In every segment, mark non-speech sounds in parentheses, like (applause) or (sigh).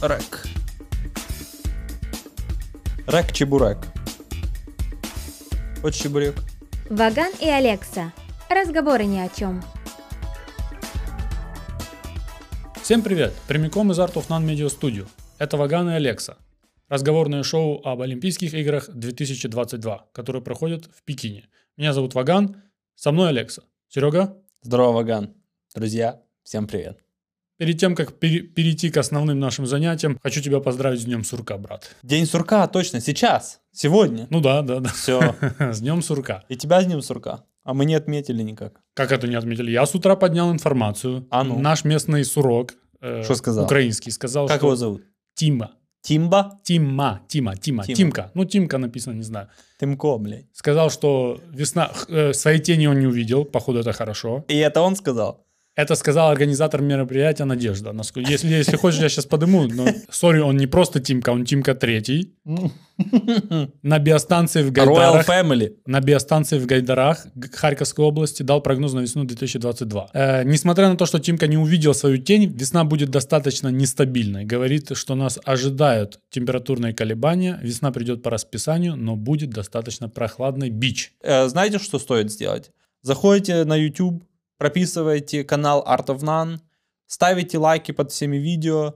Рэк. Рак-чебурак. Хочешь чебурек? Ваган и Алекса. Разговоры ни о чем. Всем привет! Прямиком из Art of Nan Media Studio. Это Ваган и Алекса. Разговорное шоу об Олимпийских играх 2022, которые проходят в Пекине. Меня зовут Ваган, со мной Алекса. Серега, Здорово, Ваган. Друзья, всем привет. перед тем, как пере- перейти к основным нашим занятиям, хочу тебя поздравить с Днем Сурка, брат. День сурка, точно, сейчас, сегодня. Ну да, да, (laughs) да. Все. С Днем Сурка. (laughs) И тебя с днем сурка. А мы не отметили никак. Как это не отметили? Я с утра поднял информацию. А ну. Наш местный сурок. э, Что сказал? Украинский. Сказал, Как что его зовут? Тима. Тимба? Тима, Тима, Тима, Тима. Тимка. Ну, Тимка написано, не знаю. Тимко, блядь. Сказал, что весна... х- э, своей тени он не увидел. Походу, это хорошо. И это он сказал? Это сказал организатор мероприятия Надежда. Наск- Если, если хочешь, я сейчас подыму. Но, сори, он не просто Тимка, он Тимка третий. Ну. На биостанции Royal в Гайдарах... Family. на биостанции в Гайдарах Г- Харьковской области дал прогноз на весну 2022. Э, несмотря на то, что Тимка не увидел свою тень, весна будет достаточно нестабильной. Говорит, что нас ожидают температурные колебания, весна придет по расписанию, но будет достаточно прохладный бич. Э, Знаете, что стоит сделать? Заходите на YouTube, прописываете канал Art of None, ставите лайки под всеми видео,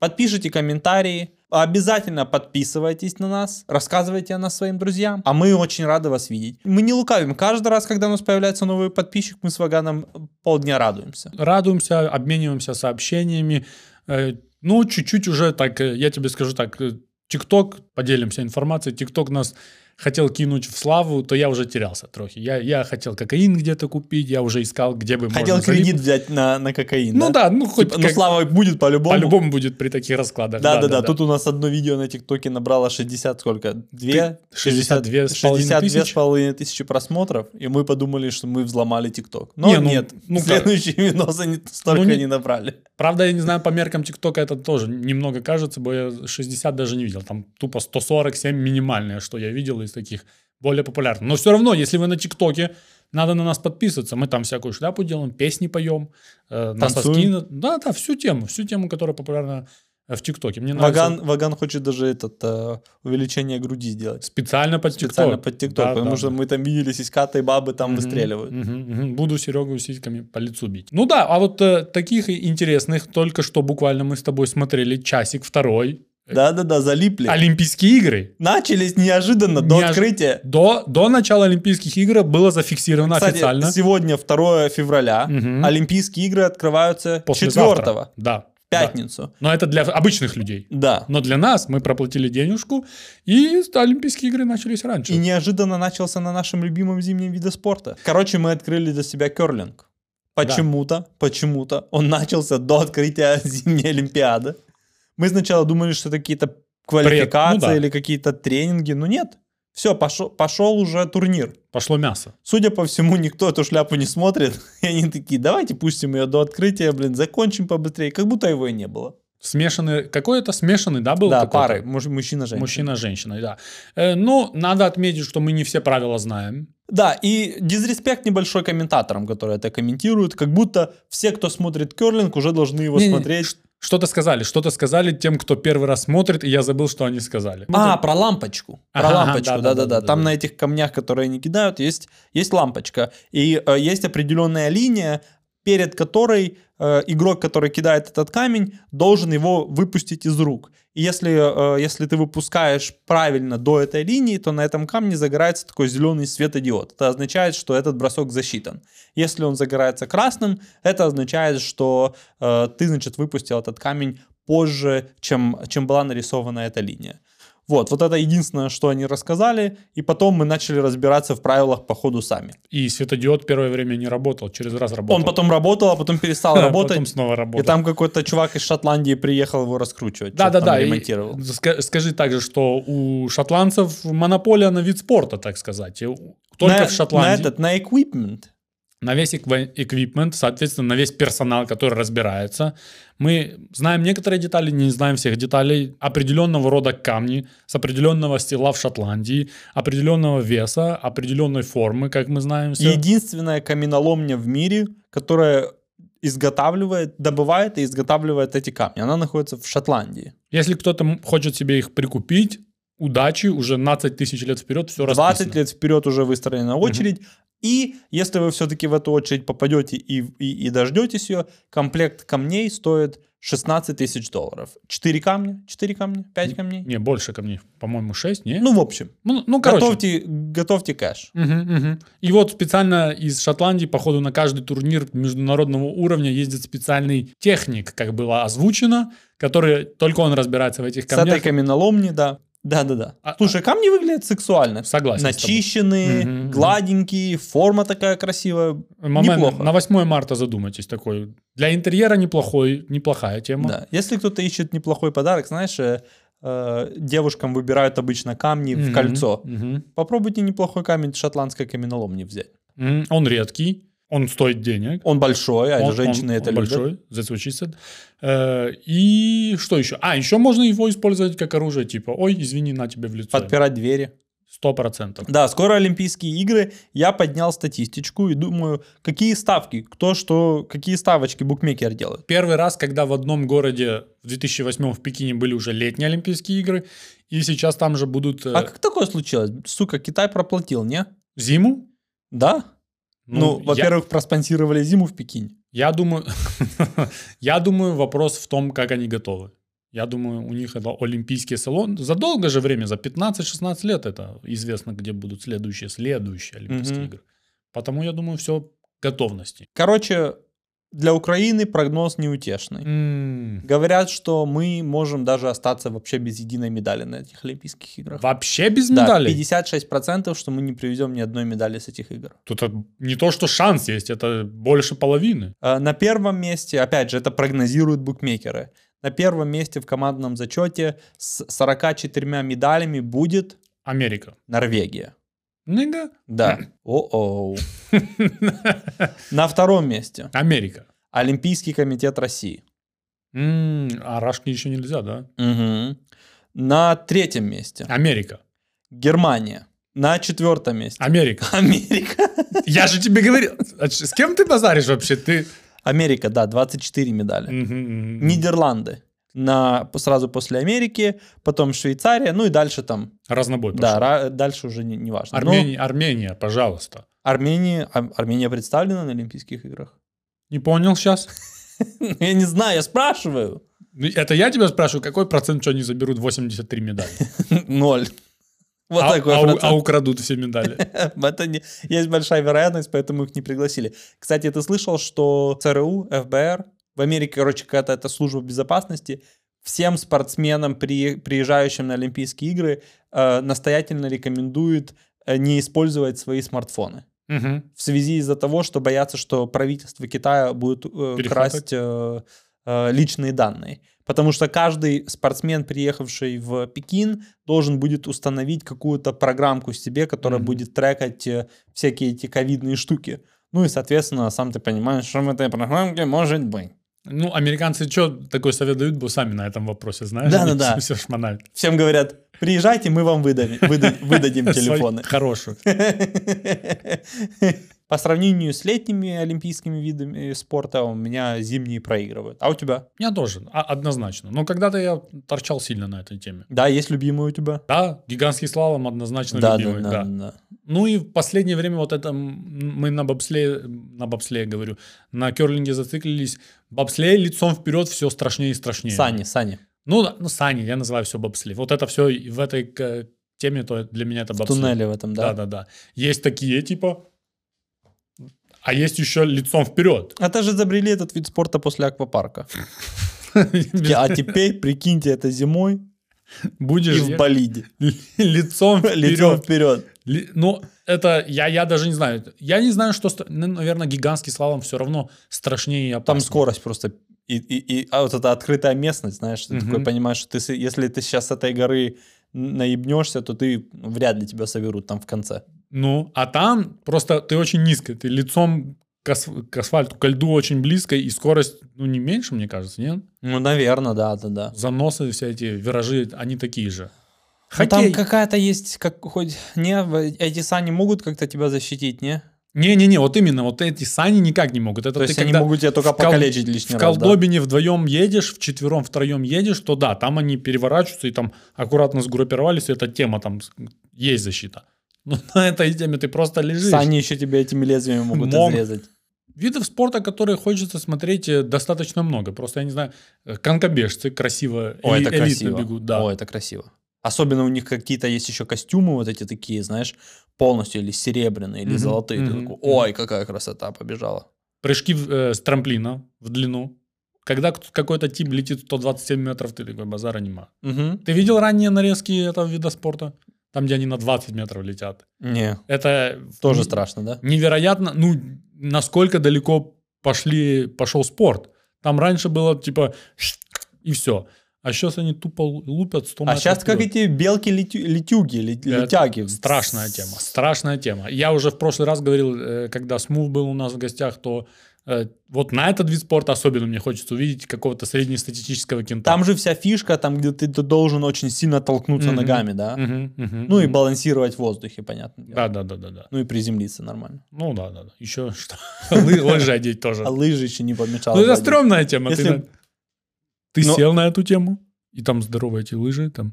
подпишите комментарии, обязательно подписывайтесь на нас, рассказывайте о нас своим друзьям, а мы очень рады вас видеть. Мы не лукавим, каждый раз, когда у нас появляется новый подписчик, мы с Ваганом полдня радуемся. Радуемся, обмениваемся сообщениями. Э, ну, чуть-чуть уже так, э, я тебе скажу так, э, ТикТок, поделимся информацией, ТикТок нас хотел кинуть в славу, то я уже терялся трохи. Я, я хотел кокаин где-то купить, я уже искал, где бы Хотел можно залип- кредит взять на, на кокаин. Ну да, ну хоть Типа, ну как- слава будет по-любому. по-любому будет при таких раскладах. Да, да, да, Тут у нас одно видео на ТикТоке набрало 60 сколько? Две? 62 с половиной 62 с тысяч? половиной тысячи просмотров, и мы подумали, что мы взломали ТикТок. Но Не, ну, нет, ну как? следующие (laughs) видосы они столько Ну не- не набрали. Правда, я не знаю, по меркам ТикТока это тоже немного кажется, бо я 60 даже не видел. Там тупо 147 минимальное, что я видел из таких более популярных. Но все равно, если вы на ТикТоке, надо на нас подписываться. Мы там всякую шляпу делаем, песни поем, э, на Танцуем. соски на- Да, да, всю тему, всю тему, которая популярна э, в ТикТоке. Мне нравится Ваган, Ваган хочет даже этот э, увеличение груди сделать. специально под ТикТок. Специально под ТикТок, Да, потому да, что да. мы там видели сиськатые бабы там Мгм, выстреливают. мгм, мгм. Буду Серегу сиськами по лицу бить. Ну да, а вот э, таких и интересных только что буквально мы с тобой смотрели часик второй. Да-да-да, залипли. Олимпийские игры. Начались неожиданно до Неож- открытия. До, до начала Олимпийских игр было зафиксировано Кстати, официально. сегодня 2 февраля. Мгм. Олимпийские игры открываются 4 Послезавтра. в Да. да. пятницу. Но это для обычных людей. Да. Но для нас мы проплатили денежку, и Олимпийские игры начались раньше. И неожиданно начался на нашем любимом зимнем виде спорта. Короче, мы открыли для себя керлинг. Почему-то, почему-то он начался до открытия (laughs) зимней Олимпиады. Мы сначала думали, что это какие-то квалификации Пред- ну да. или какие-то тренинги, но нет. Все, пошел, пошел уже турнир. Пошло мясо. Судя по всему, никто эту шляпу не смотрит. (laughs) И они такие, давайте пустим ее до открытия, блин, закончим побыстрее. Как будто его и не было. Смешанный, какой это смешанный, да, был? да, какой-то? пары, муж- мужчина-женщина. Мужчина-женщина, да. Э, ну, надо отметить, что мы не все правила знаем. Да, и дизреспект небольшой комментаторам, которые это комментируют, как будто все, кто смотрит керлинг, уже должны его Не-не, смотреть. Что-то сказали, что-то сказали тем, кто первый раз смотрит, и я забыл, что они сказали. а, про лампочку. Про Ну, Ага, лампочку, да-да-да-да-да. да-да-да. Там на этих камнях, которые они кидают, есть, есть лампочка. И э, есть определенная линия, перед которой э, игрок, который кидает этот камень, должен его выпустить из рук. И если, э, если ты выпускаешь правильно до этой линии, то на этом камне загорается такой зеленый светодиод. Это означает, что этот бросок засчитан. Если он загорается красным, это означает, что э, ты, значит, выпустил этот камень позже, чем, чем была нарисована эта линия. Вот, вот это единственное, что они рассказали, и потом мы начали разбираться в правилах по ходу сами. И светодиод первое время не работал, через раз работал. Он потом работал, а потом (laughs) перестал работать, Потом снова и работал. там какой-то чувак из Шотландии приехал его раскручивать, да, что-то да, там да. и ремонтировал. ска- скажи также, что у шотландцев монополия на вид спорта, так сказать. И у- Только на, в Шотландии. На этот, на equipment. на весь эквипмент, соответственно, на весь персонал, который разбирается. Мы знаем некоторые детали, не знаем всех деталей. Определенного рода камни, с определенного стила в Шотландии, определенного веса, определенной формы, как мы знаем. всё. Единственная каменоломня в мире, которая изготавливает, добывает и изготавливает эти камни. Она находится в Шотландии. Если кто-то м- хочет себе их прикупить, удачи, уже 20 тысяч лет вперед все 20 лет вперед уже выстроена очередь. И если вы все-таки в эту очередь попадете и, и, и дождетесь ее, комплект камней стоит 16 тысяч долларов. 4 камня, 4 камня, 5 камней. Не, больше камней, по-моему, 6, не? Ну, в общем, Ну, ну, короче. готовьте, готовьте кэш. Мгм, мгм. И вот специально из Шотландии, походу, на каждый турнир международного уровня ездит специальный техник, как было озвучено, который только он разбирается в этих С этой камнях. каменоломни, да. Да-да-да. А- Слушай, камни выглядят сексуально. Согласен. с тобой. Начищенные, Мгм, мгм. гладенькие, форма такая красивая. Момент неплохо. на 8 марта задумайтесь такой. Для интерьера неплохой, неплохая тема. Да. Если кто-то ищет неплохой подарок, знаешь, э, э, девушкам выбирают обычно камни Мгм, в кольцо. мгм. Попробуйте неплохой камень шотландской каменоломни взять. М, Он редкий, он стоит денег. Он большой, а Он- женщины он- это любят. он большой, that's what she said. Э, И что еще? А, еще можно его использовать как оружие, типа, ой, извини, на тебе в лицо. Подпирать двери. Сто процентов. Да, скоро Олимпийские игры. Я поднял статистичку и думаю, какие ставки, кто что, какие ставочки букмекер делает. Первый раз, когда в одном городе в 2008 в Пекине были уже летние Олимпийские игры, и сейчас там же будут э, А как такое случилось? Сука, Китай проплатил, не? зиму. Да? Ну, я- во-первых, проспонсировали зиму в Пекине. я, думаю, (laughs) я думаю, вопрос в том, как они готовы. Я думаю, у них это олимпийский салон. За долгое же время, за 15-16 лет это известно, где будут следующие, следующие Олимпийские Мгм. игры. Потому я думаю, все готовности. Короче, для Украины прогноз неутешный. М, Говорят, что мы можем даже остаться вообще без единой медали на этих Олимпийских играх. Вообще без Да, медалей? 56%, что мы не привезем ни одной медали с этих игр. Тут э, не то, что шанс есть, это больше половины. Э, На первом месте, опять же, это прогнозируют букмекеры, на первом месте в командном зачете с 44 медалями будет Америка. Ну Норвегия. Нига. Да. О-оу. На втором месте Америка. Олимпийский комитет России. М, А рашки еще нельзя, да? Мгм. На третьем месте Америка. Германия. На четвертом месте Америка. Америка. Я же тебе говорил. А ч- С кем ты базаришь вообще? Ты... Америка, да, 24 медали. Мгм. Нидерланды на сразу после Америки, потом Швейцария, ну и дальше там, Разнобой да, пошел. ра- дальше уже не, не важно. Но Армения, Армения, пожалуйста. Армения, Ар- Армения представлена на Олимпийских играх? (laughs) Не понял сейчас? Я не знаю, я спрашиваю. (laughs) Ну, Это я тебя спрашиваю, какой процент, что они заберут 83 (laughs) медали? Ноль. Вот а, такой а у- а процент. украдут все медали. (laughs) Это не- есть большая вероятность, поэтому их не пригласили. Кстати, ты слышал, что ЦРУ, ФБР, в Америке, короче, какая-то эта служба безопасности, всем спортсменам, при- приезжающим на Олимпийские игры, э, настоятельно рекомендует э, не использовать свои смартфоны. (laughs) Мгм. В связи из-за того, что боятся, что правительство Китая будет э, Перехватать. красть э, э, личные данные. Потому что каждый спортсмен, приехавший в Пекин, должен будет установить какую-то программку себе, которая Мгм. будет трекать э, всякие эти ковидные штуки. Ну и, соответственно, сам ты понимаешь, что в этой программке может быть. Ну, американцы что такой совет дают, бо сами на этом вопросе, знаешь? Да-да-да. (laughs) Все шмонают. Всем говорят, приезжайте, мы вам выдали- выда- (laughs) выдадим телефоны. Свои- Хорошую. (laughs) По сравнению с летними олимпийскими видами э, спорта, у меня зимние проигрывают. А у тебя? Я тоже, а- однозначно. Но когда-то я торчал сильно на этой теме. Да, есть любимые у тебя? Да, гигантский слалом однозначно любимый. Да, Ну и в последнее время вот это м, мы на бобслее, на бобслее говорю, на керлинге зациклились. Бобслей лицом вперед все страшнее и страшнее. Сани, Сани. Ну, да, ну сани, я называю все бобслей. Вот это все в этой к- теме, то для меня это В бобслей. туннеле в этом, да? Да, да, да. Есть такие типа, а есть еще лицом (laughs) вперед. Это А же изобрели этот вид спорта после (laughs) аквапарка. А теперь, прикиньте, это зимой и Будешь в болиде. лицом (laughs) Лицом вперед. вперед. Ли- Ну, это я, я даже не знаю. Я не знаю, что... ст- ну, наверное, гигантский слалом все равно страшнее и Там опаснее. скорость просто... И, и- и- а вот эта открытая местность, знаешь, ты Мгм. такой понимаешь, что ты, с- если ты сейчас с этой горы наебнешься, то ты вряд ли тебя соберут там в конце. Ну, а там просто ты очень низко. Ты лицом к, асф- к асфальту, к льду очень близко, и скорость, ну, не меньше, мне кажется, нет? Ну, наверное, да, да, да. Заносы, все эти виражи, они такие же. Ну, Хоккей. Там какая-то есть, как хоть не в- эти сани могут как-то тебя защитить, не? Не-не-не, вот именно, вот эти сани никак не могут. Это То ты есть они когда могут тебя только в кол- покалечить лишний в раз. да. колдобине вдвоем едешь, вчетвером, втроем едешь, то да, там они переворачиваются и там аккуратно сгруппировались, и эта тема там с- есть защита. (laughs) Но на этой теме ты просто лежишь. Сани еще тебя этими лезвиями могут Мог- изрезать. Видов спорта, которые хочется смотреть, э, достаточно много. Просто, я не знаю, э, конькобежцы красиво, О, эли- это элитно красиво. бегут. Да. О, это красиво. Особенно у них какие-то есть еще костюмы вот эти такие, знаешь, полностью или серебряные, или Мгм, золотые. Ты мгм, такой, мгм. Ой, какая красота побежала. Прыжки в- э, с трамплина в длину. Когда к- какой-то тип летит 127 метров, ты такой, базара нема. Мгм. Ты видел ранние нарезки этого вида спорта? Там, где они на 20 метров летят. Не, Это тоже не- страшно, да? невероятно, ну, насколько далеко пошли, пошел спорт. Там раньше было типа и все. А сейчас они тупо лупят 100 А метров сейчас как вперед. эти белки-летюги, Это летяги. Страшная тема, страшная тема. Я уже в прошлый раз говорил, э, когда Смув был у нас в гостях, то э, вот на этот вид спорта особенно мне хочется увидеть какого-то среднестатистического кента. Там же вся фишка, там, где ты д- должен очень сильно толкнуться Мгм. ногами, да? Мгм, мгм, Ну и мгм. балансировать в воздухе, понятно. дело. Да, да, да, да, да. Ну и приземлиться нормально. Ну да, да, да. Еще что? (laughs) Лы- Лыжи одеть тоже. А лыжи еще не помешало. Ну, это бы. стрёмная тема. ты Если- на- Ты Но- сел на эту тему, и там здоровые эти лыжи, там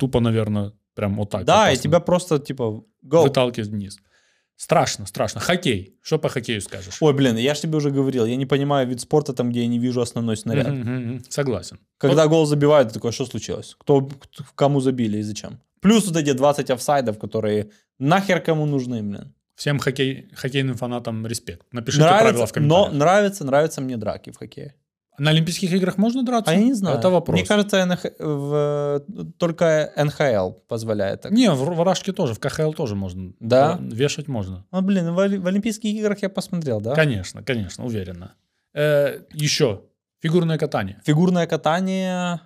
тупо, наверное, прям вот так. Да, и опасно. тебя просто, типа, go. выталкивает вниз. Страшно, страшно. Хоккей. Что по хоккею скажешь? Ой, блин, я же тебе уже говорил, я не понимаю вид спорта там, где я не вижу основной снаряд. Мгм, мгм, мгм. Согласен. Когда гол забивают, ты такой, что случилось? Кто, кто- кому забили и зачем? Плюс вот эти 20 офсайдов, которые нахер кому нужны, блин. Всем хоккей, хоккейным фанатам респект. Напишите правила в но комментариях. нравится, нравится мне драки в хоккее. На Олимпийских играх можно драться? А я не знаю. Это вопрос. Мне кажется, NH в- э, только НХЛ позволяет так. Не, в, в Рашке тоже, в КХЛ тоже можно. Да? Э, Вешать можно. А, блин, в, Оли- в Олимпийских играх я посмотрел, да? Конечно, конечно, уверенно. Э, еще. Фигурное катание. Фигурное катание...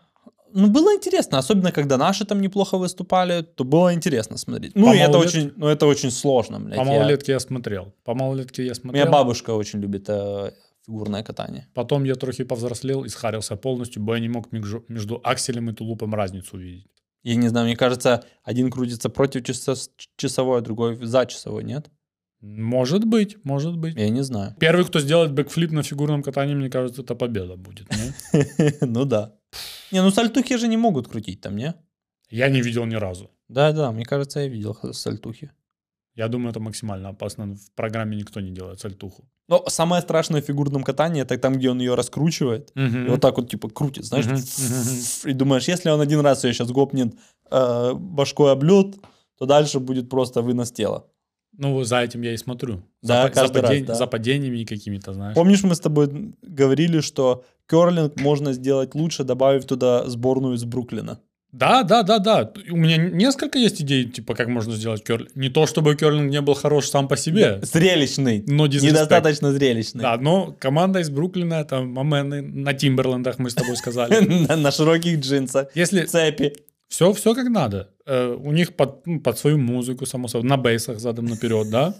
Ну, было интересно, особенно когда наши там неплохо выступали, то было интересно смотреть. Ну, По и это малолет- очень, ну, это очень сложно, блядь. По Я- малолетке я смотрел. По малолетке У я меня смотрел. бабушка очень любит э, фигурное катание. Потом я трохи повзрослел и схарился полностью, бо я не мог между, между акселем и тулупом разницу увидеть. Я не знаю, мне кажется, один крутится против часа- часовой, а другой за часовой, нет? Может быть, может быть. Я не знаю. (laughs) Первый, кто сделает бэкфлип на фигурном катании, мне кажется, это победа будет. не? Ну да. Не, ну сальтухи же не могут крутить там, не? Я не видел ни разу. Да-да, мне кажется, я видел х- сальтухи. Я думаю, это максимально опасно. В программе никто не делает сальтуху. Но самое страшное в фигурном катании, это там, где он ее раскручивает. И вот так вот, типа, крутит, знаешь. Мгм, (laughs) мгм. И думаешь, если он один раз ее сейчас гопнет э, башкой об лед, то дальше будет просто вынос тела. Ну, за этим я и смотрю. Да, за, по- за каждый раз, падень- да. за падениями какими-то, знаешь. Помнишь, мы с тобой говорили, что керлинг можно сделать лучше, добавив туда сборную из Бруклина? Да, да, да, да. У меня несколько есть идей, типа, как можно сделать керлинг. Не то, чтобы керлинг не был хорош сам по себе, Зрелищный. но дизреспект. Недостаточно зрелищный. (laughs) Да, но команда из Бруклина, там, мамены на Тимберлендах, мы с тобой сказали. (laughs) На на широких джинсах, Если цепи. все, все как надо. Э, у них под, ну, под свою музыку, само собой, на бейсах задом наперед, да?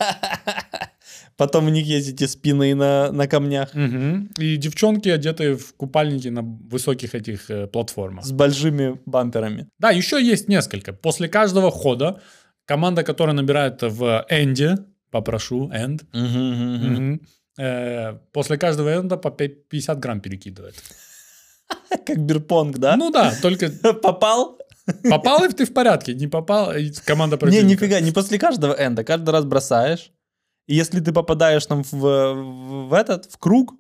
Потом у них есть эти спины на, на камнях Мгм. И девчонки одетые в купальники на высоких этих э, платформах. с большими бамперами. Да, еще есть несколько. После каждого хода команда, которая набирает в энде, попрошу, энд, мгм, э, после каждого энда по пя- 50 грамм перекидывает. (laughs) Как бирпонг, да? Ну да, только (laughs) Попал? попал и ты в порядке, не попал, и команда Не, противника. нифига, не после каждого энда. Каждый раз бросаешь. И если ты попадаешь там в, в- в этот, в круг,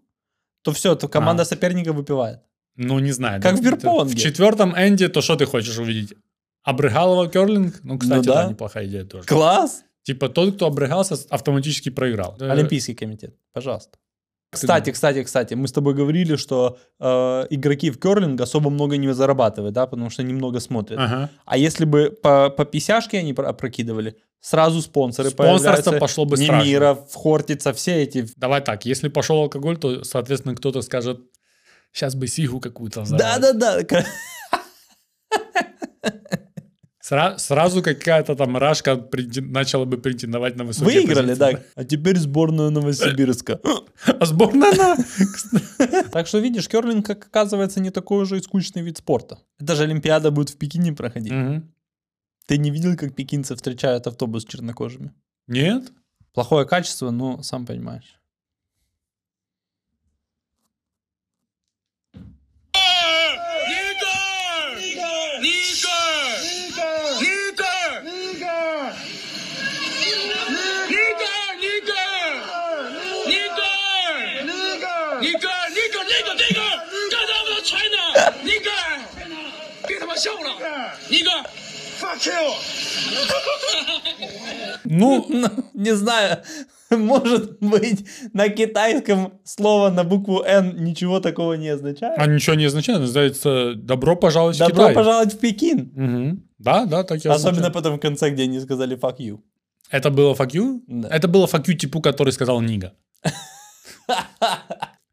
то все, то команда А. соперника выпивает. Ну, не знаю. Как да, в бирпонге. В четвертом энде, то что ты хочешь увидеть? Обрыгалова керлинг? Ну, кстати, да. да, неплохая идея тоже. Класс! Типа тот, кто обрыгался, автоматически проиграл. Э, Олимпийский комитет, пожалуйста. ты Кстати, кстати, кстати, мы с тобой говорили, что э, игроки в керлинг особо много не зарабатывают, да, потому что немного смотрят. Ага. А если бы по, по писяшке они про- опрокидывали, сразу спонсоры Спонсорство появляются. пошло бы страшно. Немиров, Хортица, все эти. Давай так, если пошел алкоголь, то, соответственно, кто-то скажет, сейчас бы сигу какую-то взорвать». Да-да-да. к- Сра- сразу какая-то там рашка претен- начала бы претендовать на высокие Выиграли, позиции. да. А теперь сборную Новосибирска. А сборная (laughs) на... Так что, видишь, керлинг, как оказывается, не такой уже и скучный вид спорта. Даже Олимпиада будет в Пекине проходить. Мгм. Ты не видел, как пекинцы встречают автобус с чернокожими? Нет? Плохое качество, ну, сам понимаешь. Fuck you! Ну, (laughs) Ну, не знаю, (laughs) может быть, на китайском слово на букву «Н» ничего такого не означает. а ничего не означает, называется «Добро пожаловать в Добро Китай». пожаловать в Пекин. Мгм. Да, да, так и Особенно означает. потом в конце, где они сказали «fuck you». Это было fuck you? Да. Это было fuck you типу, который сказал Нига.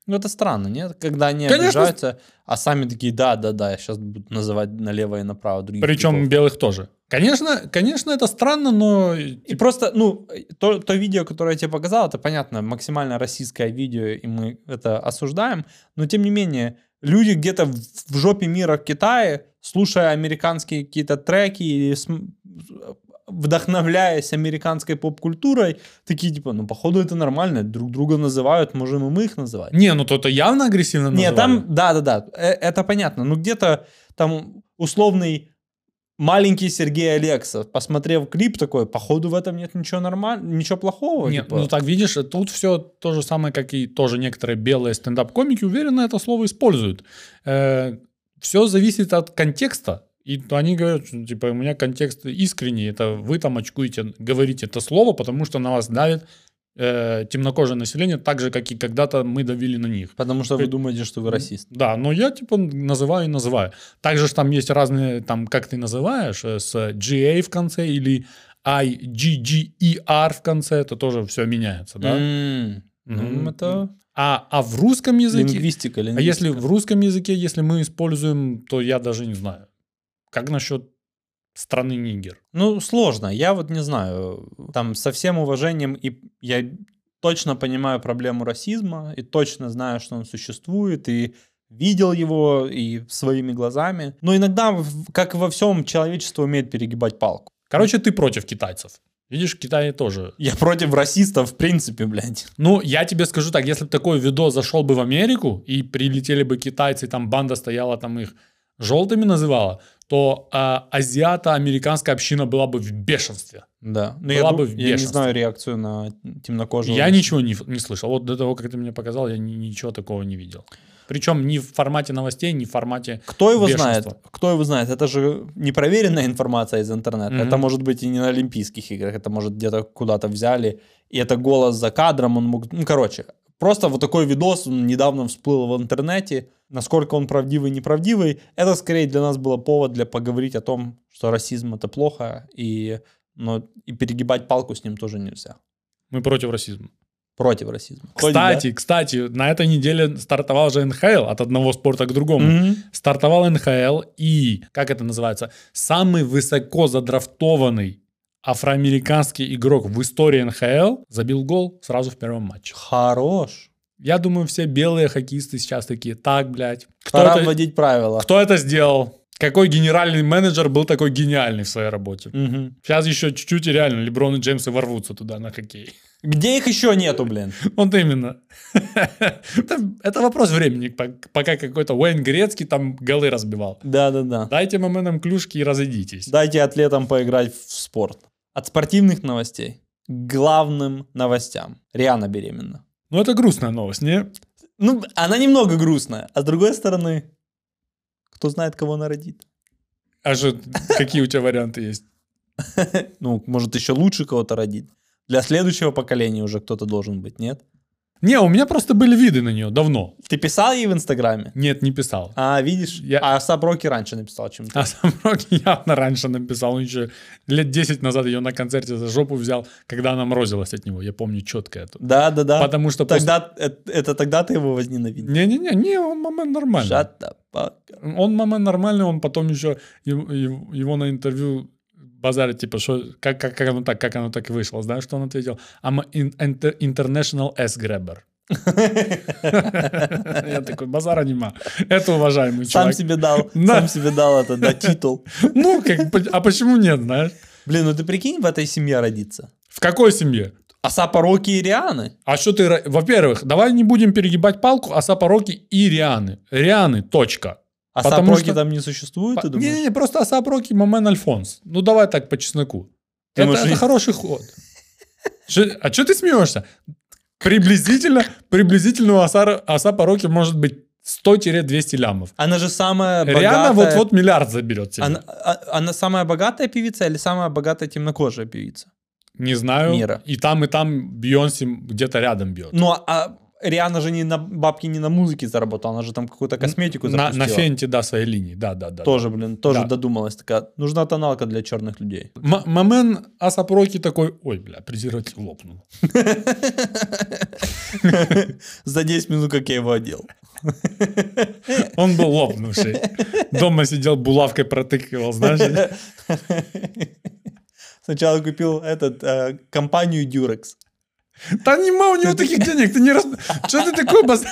Ну, это странно, нет? Когда они Конечно. обижаются, а сами такие, да-да-да, я сейчас буду называть налево и направо других Причем типов». белых тоже. Конечно, конечно, это странно, но... И просто, ну, то, то видео, которое я тебе показал, это, понятно, максимально российское видео, и мы это осуждаем, но, тем не менее, люди где-то в, в жопе мира в Китае, слушая американские какие-то треки или см- вдохновляясь американской поп-культурой, такие, типа, ну, походу, это нормально, друг друга называют, можем и мы их называть. Не, ну то-то явно агрессивно Не, называли. там, да, да, да, э, это понятно. Ну где-то там условный маленький Сергей Алексов, посмотрев клип такой, походу в этом нет ничего нормального, ничего плохого. Нет, типа. ну так видишь, тут все то же самое, как и тоже некоторые белые стендап-комики уверенно это слово используют. все зависит от контекста. И то они говорят, что, типа, у меня контекст искренний, это вы там очкуете, говорите это слово, потому что на вас давит э, темнокожее население, так же, как и когда-то мы давили на них. Потому что вы Э, думаете, что вы расист. Да, но я типа называю и называю. Также ж там есть разные, там, как ты называешь, э, с GA в конце или IGGER E в конце, это тоже все меняется, да? М, Мгм. Ну, это А, а в русском языке, лингвистика, а если в лингвистика. русском языке, если мы используем, то я даже не знаю. Как насчет страны Нигер? Ну, сложно. Я вот не знаю. Там со всем уважением, и я точно понимаю проблему расизма, и точно знаю, что он существует, и видел его и своими глазами. Но иногда, в- как и во всем, человечество умеет перегибать палку. Короче, ты против китайцев. Видишь, в Китае тоже. Я против расистов, в принципе, блядь. Ну, я тебе скажу так, если бы такой видос зашел бы в Америку, и прилетели бы китайцы, и там банда стояла, там их желтыми называла, то а, азиато-американская община была бы в бешенстве. Да. Но Была я, бы ду- в я не бешенстве. знаю реакцию на темнокожего. Я ничего не, не слышал. Вот до того, как ты мне показал, я ни- ничего такого не видел. Причем ни в формате новостей, ни в формате... Кто его знает? Бешенство. Кто его знает? Это же непроверенная информация из интернета. Мгм. Это может быть и не на Олимпийских играх, это может где-то куда-то взяли. И это голос за кадром, он мог... Ну, короче, просто вот такой видос, он недавно всплыл в интернете. Насколько он правдивый, неправдивый, это скорее для нас было повод для поговорить о том, что расизм это плохо, и, но и перегибать палку с ним тоже нельзя. Мы против расизма. Против расизма. Кстати, кстати, на этой неделе стартовал же НХЛ от одного спорта к другому. Мгм. Стартовал НХЛ и, как это называется, самый высоко задрафтованный афроамериканский игрок в истории НХЛ забил гол сразу в первом матче. Хорош. Я думаю, все белые хоккеисты сейчас такие, так, блядь. Кто, Пора это, вводить правила. кто это сделал? Какой генеральный менеджер был такой гениальный в своей работе? Мгм. Сейчас еще чуть-чуть и реально Леброн и Джеймсы ворвутся туда на хоккей. Где их еще нету, блин? Вот именно. (laughs) Это это вопрос времени, пок- пока какой-то Уэйн Грецкий там голы разбивал. Да-да-да. Дайте моментам клюшки и разойдитесь. Дайте атлетам поиграть в спорт. От спортивных новостей к главным новостям. Риана беременна. Ну, это грустная новость, не? Ну, она немного грустная, а с другой стороны, кто знает, кого она родит. А же какие у тебя варианты есть? Ну, может, еще лучше кого-то родит. Для следующего поколения уже кто-то должен быть, нет? Не, у меня просто были виды на нее давно. Ты писал ей в Инстаграме? Нет, не писал. А, видишь? Я- А Саброки раньше написал, чем ты. А сам Рокки явно раньше написал. Он еще лет 10 назад ее на концерте за жопу взял, когда она морозилась от него. Я помню четко это. Да-да-да. Потому что после- Тогда, это, э, это тогда ты его возненавидел. Не-не-не, не, он момент нормальный. Shut the fuck up. Он момент нормальный, он потом еще его, его- его на интервью базарит, типа, что, как, как, как оно так, как оно так и вышло. Знаешь, что он ответил? I'm an in- inter- international ass-grabber. Я такой, базара нема. Это уважаемый Сам чувак. себе дал, (laughs) Да. сам себе дал это, да, титул. Ну, как бы, а почему нет, знаешь? Блин, ну ты прикинь, в этой семье родиться. В какой семье? Асапа Роки и Рианы. А что ты... ра- Во-первых, давай не будем перегибать палку Асапа Роки и Рианы. Рианы, точка. Асап Потому Роки что- А там не существует, ты думаешь? Не-не-не, просто Асап Роки, Момен Альфонс. Ну, давай так по чесноку. Ты это, можешь- это хороший ход. Чё- а что ты смеешься? Приблизительно, приблизительно у Асара- Асапа Роки может быть 100-200 лямов. Она же самая Риана богатая... вот-вот миллиард заберет тебе. Она, а- она самая богатая певица или самая богатая темнокожая певица? Не знаю. Мира. И там, и там Бьонси где-то рядом бьет. Ну, а- а Риана же не на бабки не на музыке заработала, она же там какую-то косметику на, запустила. на фенте, да, своей линии. Да, да, да. Тоже, блин, тоже Да. додумалась такая. Нужна тоналка для черных людей. М- Момен Асапроки такой, ой, бля, презерватив лопнул. За 10 минут, как я его одел. Он был лопнувший. (laughs) Дома сидел, булавкой протыкивал, знаешь. Сначала купил этот э, компанию Durex. Да нема у него таких денег, ты не раз... Что ты такой баз...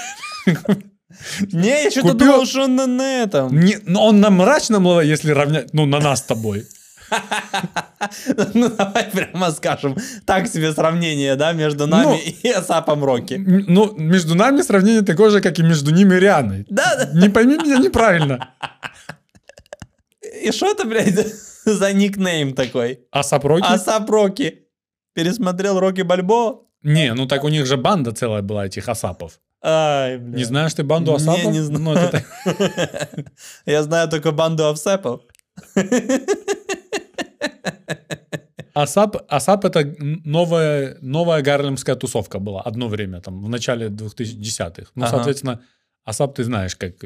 Не, я что-то Купил- думал, что он на, на этом. Не, ну он на мрачном лове, если равнять, ну, на нас с тобой. (laughs) Ну, давай прямо скажем. Так себе сравнение, да, между нами Ну. и Асапом Роки. М, Ну, между нами сравнение такое же, как и между ними и Рианой. Да, да. Не пойми меня неправильно. И что это, блядь, (laughs) за никнейм такой? А Асапроки? Асап Роки. Пересмотрел Роки Бальбо? Не, ну так у них же банда целая была этих Асапов. Ай, бля. Не знаешь ты банду Не, Асапов? не знаю. Ну, это так- (laughs) Я знаю только банду Овсепов. Асап, Асап это новая, новая гарлемская тусовка была одно время, там, в начале 2010-х. Ну, Ага. соответственно, Асап ты знаешь, как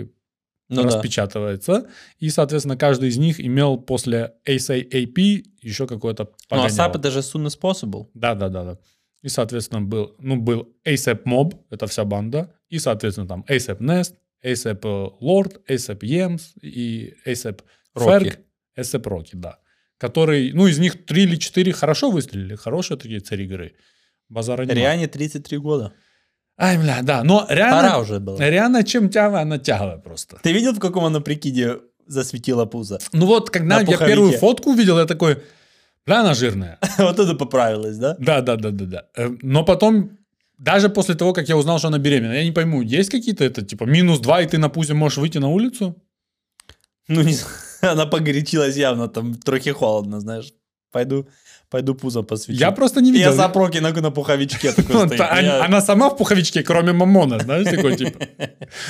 Ну да. распечатывается. И, соответственно, каждый из них имел после ASAP еще какое-то Ну, погоняло. Асап это же soon as possible. Да, да, да, да. И, соответственно, был, ну, был ASAP Mob, это вся банда, и, соответственно, там ASAP Nest, ASAP э, Lord, ASAP Yems и ASAP Rocky. Ferg, ASAP Rocky, да. Который, ну, из них три или четыре хорошо выстрелили, хорошие такие цари игры. Базара нема. Риане 33 года. Ай, бля, да, но Пора реально, уже было. реально чем тяга, она тягая просто. Ты видел, в каком она прикиде засветила пузо? (laughs) Ну вот, когда На я пуховике. первую фотку увидел, я такой, бля, она жирная. (laughs) Вот это поправилось, да? Да, да, да, да, да. Э, Но потом, даже после того, как я узнал, что она беременна, я не пойму, есть какие-то это, типа, минус 2, и ты на пузе можешь выйти на улицу? Ну, не знаю. (laughs) она погорячилась явно, там трохи холодно, знаешь. Пойду, пойду пузо посвечу. Я просто не И видел. (laughs) Асап Роки на, на пуховичке такой Ну, стоит. та- Я- а- Она сама в пуховичке, кроме мамона, знаешь, (laughs) такой типа.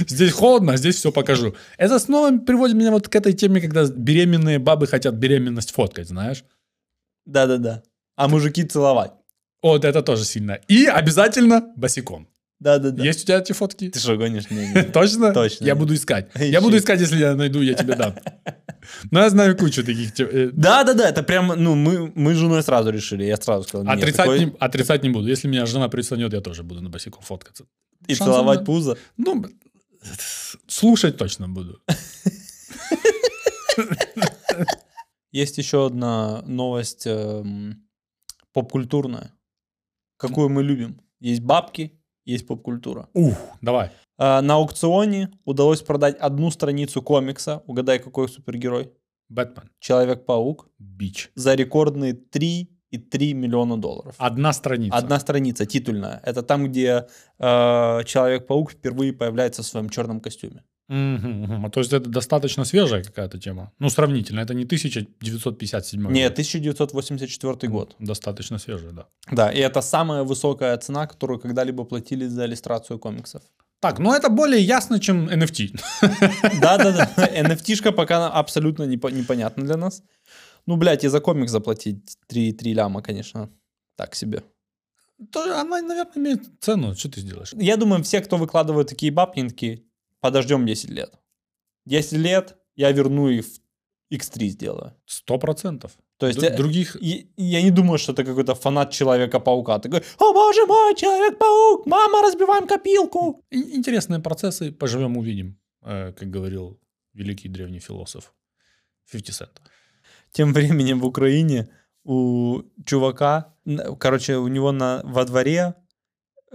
Здесь холодно, а здесь все покажу. Это снова приводит меня вот к этой теме, когда беременные бабы хотят беременность фоткать, знаешь. Да-да-да. А мужики целовать. Вот это тоже сильно. И обязательно босиком. Да-да-да. Есть у тебя эти фотки? Ты что, гонишь? Не, не, не. (laughs) Точно? Точно. Я буду искать. Я Ищи. буду искать, если я найду, я тебе дам. Но я знаю кучу таких. те- э, Да, да, да, это прям, ну, мы, мы с женой сразу решили, я сразу сказал, нет, Отрицать, такой- не, отрицать не буду. Если меня жена прислонет, я тоже буду на босиком фоткаться. и шансов целовать нет. пузо. Ну, б- слушать точно буду. Есть еще одна новость эм, поп-культурная, какую мы любим. Есть бабки, есть поп-культура. Ух, давай. А, на аукционе удалось продать одну страницу комикса, угадай, какой супергерой, Бэтмен. Человек-паук, Бич. за рекордные 3,3 миллиона долларов. Одна А, страница. Одна страница титульная. Это там, где э, Человек-паук впервые появляется в своем черном костюме. Мгм, мгм. А То есть это достаточно свежая какая-то тема. Ну, сравнительно. Это не 1957 Не, год. 1984 год. Достаточно свежая, да. Да, и это самая высокая цена, которую когда-либо платили за иллюстрацию комиксов. Так, ну это более ясно, чем NFT. Да-да-да, NFT-шка пока абсолютно непо- непонятна для нас. Ну, блядь, и за комик заплатить 3, 3 ляма, конечно, так себе. (laughs) То она, наверное, имеет цену. Что ты сделаешь? Я думаю, все, кто выкладывают такие бабки, они такие, подождем 10 лет. 10 лет я верну и в X3 сделаю. Сто процентов. То есть... Д- э, Других... и- и я не думаю, что это какой-то фанат Человека-паука. Такой, о боже мой, Человек-паук, мама, разбиваем копилку. И- Интересные процессы, поживем, увидим, э, как говорил великий древний философ 50 Cent. Тем временем в Украине у чувака, н- короче, у него на, во дворе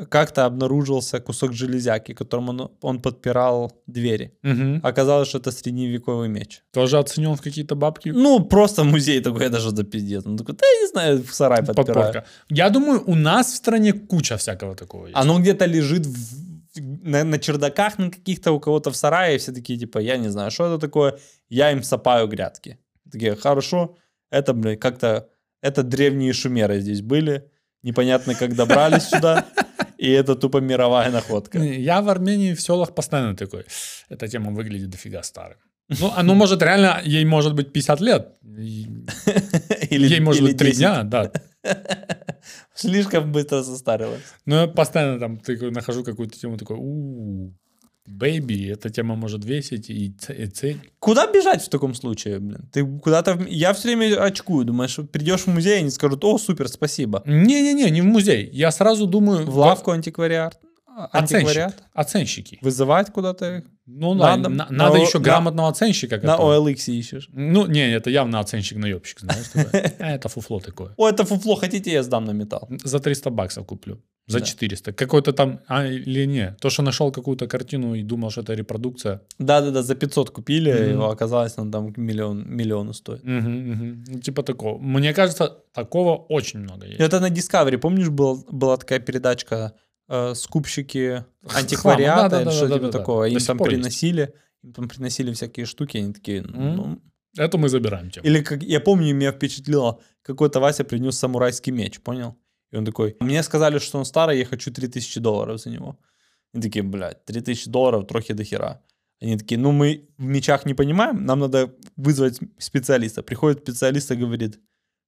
как-то обнаружился кусок железяки, которым он, он подпирал двери. Мгм. Оказалось, что это средневековый меч. Тоже А оценен в какие-то бабки. (laughs) Ну, просто музей такой, я даже за пиздец. Он такой, да я не знаю, в сарай подпираю. Подпорка. Я думаю, у нас в стране куча всякого такого есть. Оно где-то лежит в- на, на чердаках на каких-то у кого-то в сарае, и все такие, типа, я не знаю, что это такое, я им сапаю грядки. Такие, хорошо, это, блин, как-то, это древние шумеры здесь были, непонятно, как добрались сюда, и это тупо мировая (laughs) находка. Не, Э, Я в Армении в селах постоянно такой. Эта тема выглядит дофига (laughs) старым. Ну, оно может реально, ей может быть 50 лет. и- ей может или быть 3 10. дня, да. Слишком быстро состарилась. Но я постоянно там такой нахожу какую-то тему, такой, у бэйби, эта тема может весить и ц- и цель. Куда бежать в таком случае, блин? Ты куда-то... в- Я все время очкую, думаешь, придешь в музей, и они скажут, о, супер, спасибо. Не-не-не, не в музей. Я сразу думаю... В лавку антиквариат. Оценщик, Антиквариат. оценщики. Вызывать куда-то их? Ну, Надо- надо, на- на надо О- еще на- грамотного оценщика. На который- OLX ищешь. Ну, не, это явно оценщик-наебщик, знаешь. (laughs) такое. А это фуфло такое. О, это фуфло, хотите, я сдам на металл. За 300 баксов куплю. За Да. 400. Какой-то там... А, или не. То, что нашел какую-то картину и думал, что это репродукция. Да-да-да, за 500 купили, Мгм. его оказалось, он там миллион, миллиону стоит. Мгм, мгм. Ну, Типа такого. Мне кажется, такого очень много есть. Это на Discovery, помнишь, был, была такая передачка э, «Скупщики Хлама. антиквариата» Да-да-да, или что-то да-да-да, типа да. такого. До Им сих там пор есть. приносили, им там приносили всякие штуки, они такие... Мгм. ну, Это мы забираем тему. Или как я помню, меня впечатлило, какой-то Вася принес самурайский меч, понял? И он такой, мне сказали, что он старый, я хочу 3000 долларов за него. И такие, блядь, 3000 долларов, трохи до хера. Они такие, ну мы в мечах не понимаем, нам надо вызвать специалиста. Приходит специалист и говорит,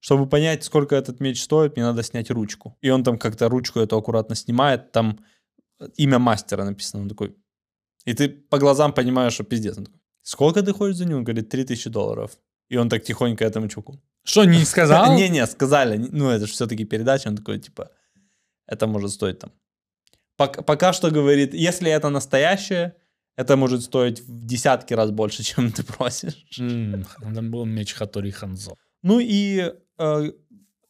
чтобы понять, сколько этот меч стоит, мне надо снять ручку. И он там как-то ручку эту аккуратно снимает, там имя мастера написано. Он такой, и ты по глазам понимаешь, что пиздец. Он такой, сколько ты хочешь за него? Он говорит, 3000 долларов. И он так тихонько этому чуваку. Что, не сказал? Не-не, сказали. (laughs) не- Ну, это же все-таки передача. Он такой, типа, это может стоить там. Пок- пока что говорит, если это настоящее, это может стоить в десятки раз больше, (laughs) чем ты просишь. М, Там был меч Хатори Ханзо. Ну и э,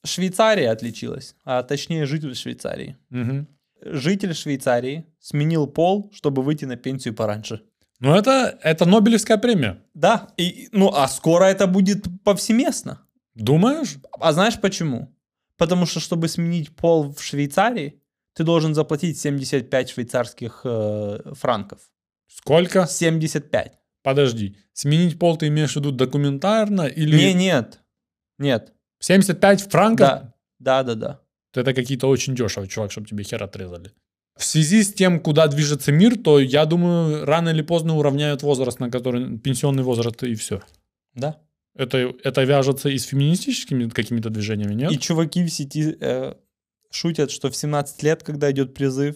Швейцария отличилась, а точнее житель Швейцарии. Мгм. Житель Швейцарии сменил пол, чтобы выйти на пенсию пораньше. Ну, это, это Нобелевская премия. Да, и, ну а скоро это будет повсеместно. Думаешь? А знаешь почему? Потому что, чтобы сменить пол в Швейцарии, ты должен заплатить 75 швейцарских э, франков. Сколько? 75. Подожди. Сменить пол ты имеешь в виду документарно или... Не, нет. Нет. 75 франков? Да. Да, да, да. То Это какие-то очень дешево, чувак, чтобы тебе хер отрезали. В связи с тем, куда движется мир, то я думаю, рано или поздно уравняют возраст, на который пенсионный возраст и все. Да. Это, это вяжется и с феминистическими какими-то движениями, нет? И чуваки в сети э, шутят, что в 17 лет, когда идет призыв,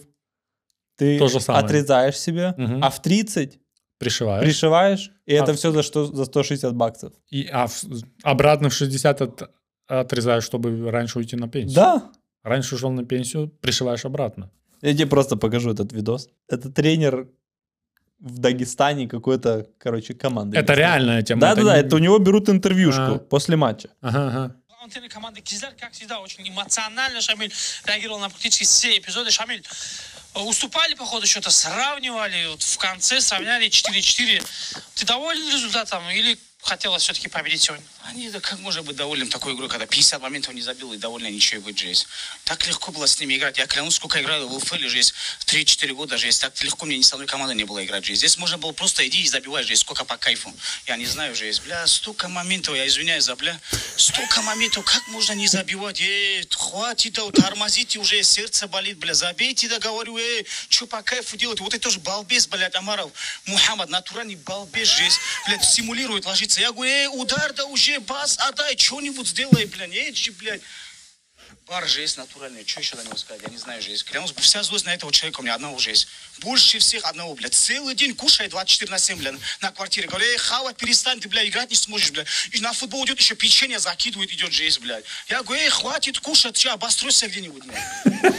ты То же самое. отрезаешь себе, Мгм. а в 30 Пришиваешь. пришиваешь, и А- это все за, что, за 160 баксов. И, а в- обратно в 60 от- отрезаешь, чтобы раньше уйти на пенсию. Да. Раньше ушел на пенсию, пришиваешь обратно. Я тебе просто покажу этот видос. Это тренер в Дагестане какой-то, короче, команды. Это реальная тема. Да-да-да, не- это у него берут интервьюшку А. после матча. Ага, ага. Антенны команды Кизляр, как всегда, очень эмоционально Шамиль реагировал на практически все эпизоды. Шамиль, э, уступали по ходу счета, сравнивали, вот в конце сравняли 4-4. Ты доволен результатом или хотелось все-таки победить сегодня? Они, да как можно быть довольным такой игрой, когда 50 моментов не забил и довольно ничего и выигрались. Так легко было с ними играть. Я клянусь, сколько играю в УФЛ же есть 3-4 года же есть. Так легко мне ни с одной командой не было играть же есть. Здесь можно было просто иди и забивай же есть, сколько по кайфу. Я не знаю же есть. Бля, столько моментов, я извиняюсь за бля. Столько моментов, как можно не забивать? Эй, хватит, да, тормозите уже, сердце болит, бля, забейте, да, говорю, эй, что по кайфу делать? Вот это же балбес, блядь, Амаров, Мухаммад, натуральный балбес же есть, блядь, симулирует ложиться. Я говорю, эй, удар, да уже, бас, отдай, что-нибудь сделай, блядь, эй, чё, блядь. Бар же есть натуральный, что еще до него сказать, я не знаю же есть. Клянусь, вся злость на этого человека у меня одного же есть. Больше всех одного, блядь. Целый день кушает 24 на 7, блядь, на квартире. Говорю, эй, хавать перестань, ты, блядь, играть не сможешь, блядь. И на футбол идет еще печенье закидывает, идет же есть, блядь. Я говорю, эй, хватит кушать, сейчас обостройся где-нибудь, блядь.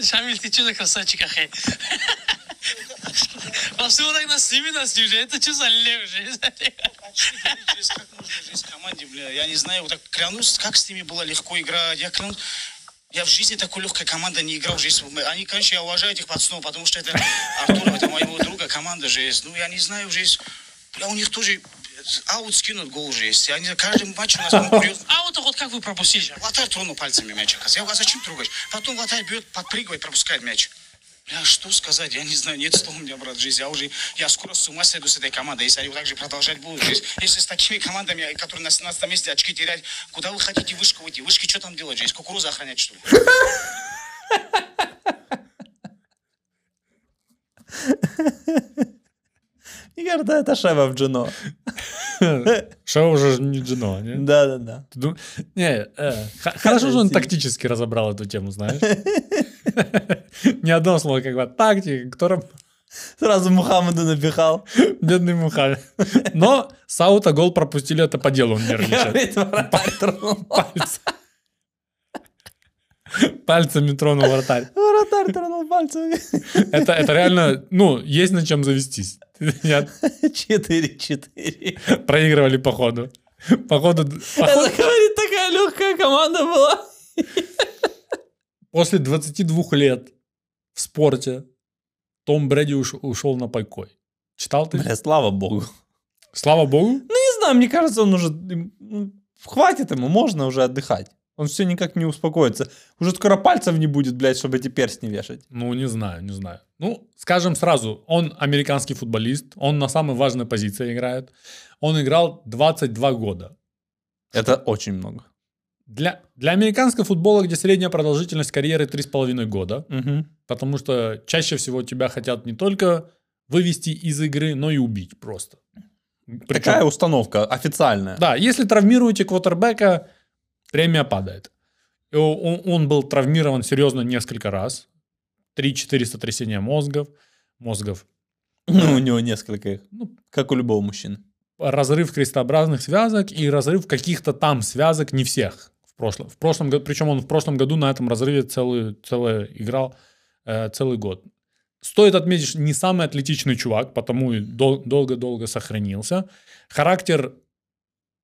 Шамиль, ты что за красавчик, ахей? Пошли вот так на сними нас, Юля, это что за лев же? Жесть, как можно жить в команде, бля, я не знаю, вот так клянусь, как с ними было легко играть, я клянусь. Я в жизни такой легкой командой не играл. Жизнь. Мы- Они, конечно, я уважаю этих пацанов, потому что это Артур, это моего друга, команда же есть. Ну, я не знаю, же есть. Бля, у них тоже аут скинут гол же есть. Они, каждый матч у нас конкурент. А вот так вот как вы пропустили? же? Вратарь тронул пальцами мяч. оказывается. Я говорю, а зачем трогаешь? Потом вратарь бьет, подпрыгивает, пропускает мяч. Бля, что сказать, я не знаю, нет слова у меня, брат, жизнь. Я уже, я скоро с ума сойду с этой командой, если они вот так же продолжать будут. жизнь. Если с такими командами, которые на 17 месте очки терять, куда вы хотите вышку выйти? Вышки что там делать, жизнь? Кукурузу охранять, что ли? Мне кажется, это Шева в (laughs) Джино. Шоу уже не Джино, а не? Да-да-да. Ну, Ты дум- Не, э, (laughs) х- хорошо, что он тактически разобрал эту тему, знаешь. (laughs) Ни одно слово, как бы, тактика, кто раб- Сразу Мухаммаду напихал. бедный муха. Но Саута гол пропустили, это по делу он нервничает. Говорит, вратарь тронул. Пальц- Пальцами тронул вратарь. Вратарь тронул пальцем. (laughs) Это, это реально, ну, есть на чем завестись. (laughs) Я- 4-4. Проигрывали по ходу. По ходу- по ходу- Это, говорит, такая легкая команда была. после 22 лет в спорте Том Брэди уш- ушел на покой. Читал ты? Бля, слава богу. Слава богу. Не знаю, мне кажется, он уже... м, ну, Хватит ему, можно уже отдыхать. Он все никак не успокоится. Уже скоро пальцев не будет, блядь, чтобы эти перстни вешать. Ну, не знаю, не знаю. Ну, скажем сразу, он американский футболист, он на самой важной позиции играет. Он играл 22 года. Это очень много. Для, для американского футбола, где средняя продолжительность карьеры 3,5 года, потому что чаще всего тебя хотят не только вывести из игры, но и убить просто. Причем- Такая установка официальная. Да, если травмируете квотербека, премия падает. И о- Он, он был травмирован серьезно несколько раз. 3-4 сотрясения мозгов. Мозгов. Ну, у него несколько их. Ну, Как у любого мужчины. разрыв крестообразных связок и разрыв каких-то там связок, не всех. В прошлом, в прошлом году, причем он в прошлом году на этом разрыве целый, целое играл э, целый год. Стоит отметить, что не самый атлетичный чувак, потому и дол- долго-долго сохранился. Характер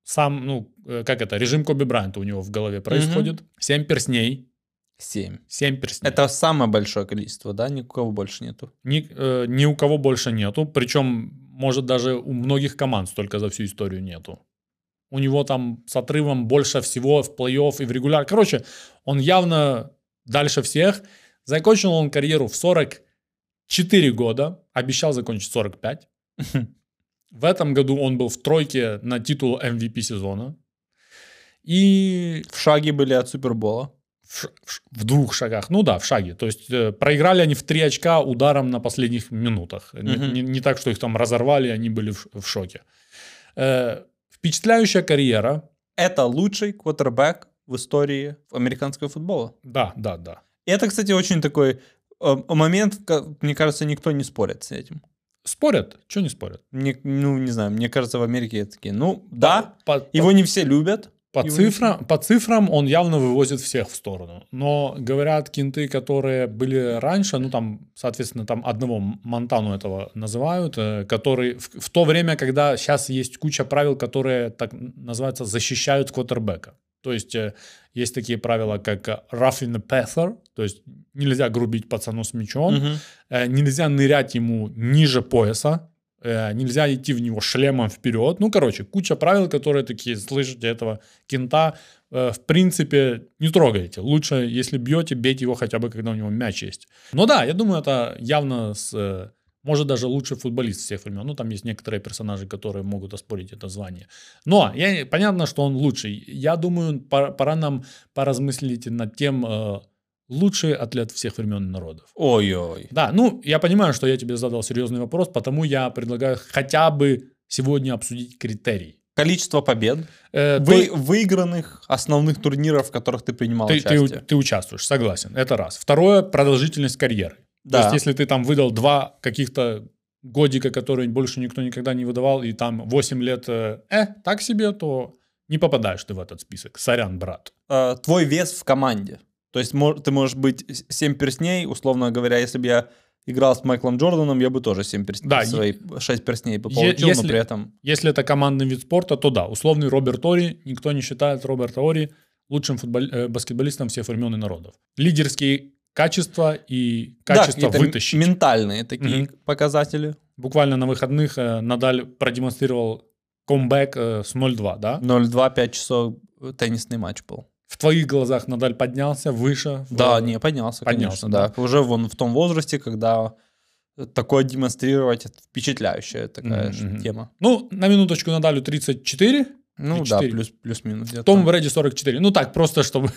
сам, ну, э, как это, режим Коби Брайанта у него в голове происходит. Семь персней. Семь. Семь персней. Это самое большое количество, да? Никого больше нету. Ни, э, ни у кого больше нету. Причем, может, даже у многих команд столько за всю историю нету. У него там с отрывом больше всего в плей-офф и в регуляр. Короче, он явно дальше всех. Закончил он карьеру в 44 года. Обещал закончить 45. В этом году он был в тройке на титул MVP сезона. И В шаге были от Супербола. в, ш- в ш- в двух шагах. Ну да, в шаге. То есть э, проиграли они в три очка ударом на последних минутах. Н- Мгм. Не, не так, что их там разорвали, они были в, ш- в шоке. Э, впечатляющая карьера. Это лучший квотербек в истории американского футбола. Да, да, да. И Это, кстати, очень такой э, момент, в ко- мне кажется, никто не спорит с этим. Спорят? Чего не спорят? Мне, ну, не знаю, мне кажется, в Америке такие, ну, да, По, по- его не все любят. по его цифрам, по цифрам он явно вывозит всех в сторону. Но говорят кинты, которые были раньше, ну там, соответственно, там одного М- Монтану этого называют, э, который в, в то время, когда сейчас есть куча правил, которые так называются защищают квотербека. То есть э, есть такие правила, как э, rough in the passer, то есть нельзя грубить пацану с мячом, Мгм. Э, нельзя нырять ему ниже пояса, э, нельзя идти в него шлемом вперед. Ну, короче, куча правил, которые такие, слышите этого кента, э, в принципе, не трогайте. Лучше, если бьете, бейте его хотя бы, когда у него мяч есть. Но да, я думаю, это явно с... э, Может, даже лучший футболист всех времен. Ну, там есть некоторые персонажи, которые могут оспорить это звание. Но я, понятно, что он лучший. Я думаю, пора, пора нам поразмыслить над тем, э, лучший атлет всех времен и народов. Ой-ой. Да, ну, я понимаю, что я тебе задал серьезный вопрос, потому я предлагаю хотя бы сегодня обсудить критерий. Количество побед, Э, вы, то- выигранных основных турниров, в которых ты принимал ты, ты у- участие. ты участвуешь, согласен, это раз. Второе, продолжительность карьеры. Да. То есть, если ты там выдал два каких-то годика, которые больше никто никогда не выдавал, и там 8 лет, э, э, так себе, то не попадаешь ты в этот список. Сорян, брат. Э, твой вес в команде. То есть мо- ты можешь быть с- семь перстней, условно говоря, если бы я играл с Майклом Джорданом, я бы тоже семь перстней, Да, свои шесть перстней бы получил, если- но при этом... Если это командный вид спорта, то да, условный Роберт Ори, никто не считает Роберта Ори лучшим футбол- э, баскетболистом всех времен и народов. Лидерские качества и Да, качество какие-то вытащить. Ментальные такие Мгм. показатели. Буквально на выходных э, Надаль продемонстрировал комбэк э, с 0-2, да? 0-2-5 часов э, теннисный матч был. В твоих глазах Надаль поднялся выше. в- Да, не, поднялся, поднялся, конечно, да. Уже вон в том возрасте, когда такое демонстрировать, это впечатляющая такая Мгм, ж мгм. тема. Ну, на минуточку Надалю 34, Ну И да, четыре. плюс, плюс-минус где-то. Том Брэди 44. Ну так, просто (laughs) чтобы...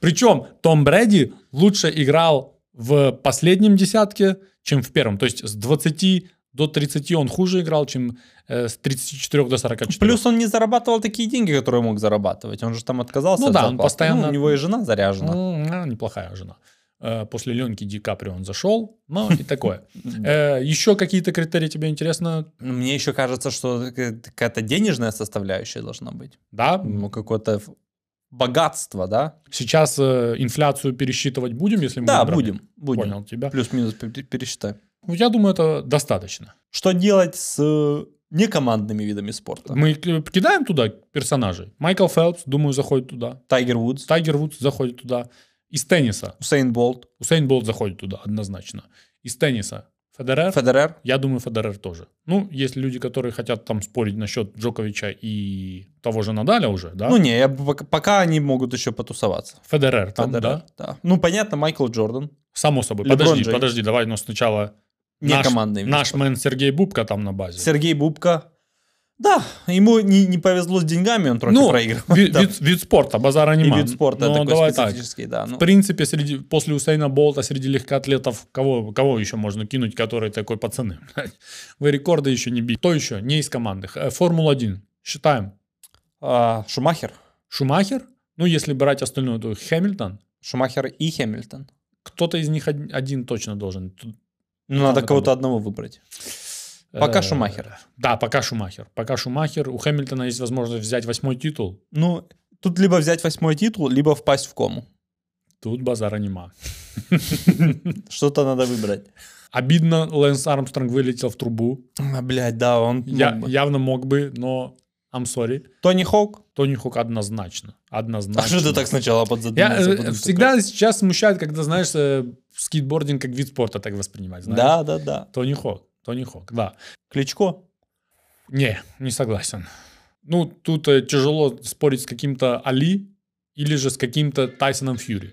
Причем Том Брэди лучше играл в последнем десятке, чем в первом. То есть с 20 до 30 он хуже играл, чем э, с 34 до 44. Плюс он не зарабатывал такие деньги, которые мог зарабатывать. Он же там отказался. Ну от да, он зарплаты. постоянно- у него и жена заряжена. М, а, неплохая жена. Э, После Ленки Ди Каприо он зашел, (laughs) ну и такое. Э, Еще какие-то критерии тебе интересно? Ну, Мне еще кажется, что какая-то денежная составляющая должна быть. Да? Ну, какое-то ф- богатство, да? Сейчас э, инфляцию пересчитывать будем, если мы да, выбрали? будем. будем. Понял тебя. Плюс-минус пер- пересчитай. Ну, Я думаю, это достаточно. Что делать с э, некомандными видами спорта? Мы к- кидаем туда персонажей. Майкл Фелпс, думаю, заходит туда. Тайгер Вудс, Тайгер Вудс заходит туда. Из тенниса. Усейн Болт, Усейн Болт заходит туда, однозначно. Из тенниса. Федерер. Федерер. Я думаю, Федерер тоже. Ну, есть люди, которые хотят там спорить насчет Джоковича и того же Надаля уже, да? Ну не, я бы пока, пока они могут еще потусоваться. Федерер там, Федерер, да? да. Ну понятно, Майкл Джордан. Само собой. Леброн подожди, Джеймс. подожди, давай, но сначала Не наш, командный. вид наш мэн Сергей Бубка там на базе. Сергей Бубка. Да, ему не, не повезло с деньгами, он трохи Ну, (laughs) проиграл. ви- (laughs) Да. вид, вид спорта, базара И нема. вид спорта Но такой давай так. специфический, да. ну. В принципе, среди, после Усейна Болта среди легкоатлетов кого, кого еще можно кинуть, которые такой пацаны? (laughs) блядь, Вы рекорды еще не били. Кто еще? Не из командных. Э, Формула-1. Считаем. А, Шумахер. Шумахер. Ну, если брать остальную, то Хэмилтон. Шумахер и Хэмилтон. Кто-то из них од- один точно должен. Тут, Ну, надо там кого-то одного выбрать. э, Пока Шумахер. Да, пока Шумахер. Пока Шумахер. У Хэмилтона есть возможность взять восьмой титул. Ну, тут либо взять восьмой титул, либо впасть в кому. Тут базара нема. Что-то надо выбрать. Обидно, Лэнс Армстронг вылетел в трубу. А, блядь, да, он Я, мог бы. явно мог бы, но I'm sorry. Тони Хоук? Тони Хук однозначно. Однозначно. А что ты так сначала Я подзадумался? э, Потому что всегда сейчас смущает, когда, знаешь, э, скейтбординг как вид спорта так воспринимать. так. Знаешь? Да, да, да. Тони Хок. Тони Хок, да. Кличко? Не, не согласен. Ну, тут э, тяжело спорить с каким-то Али или же с каким-то Тайсоном Фьюри.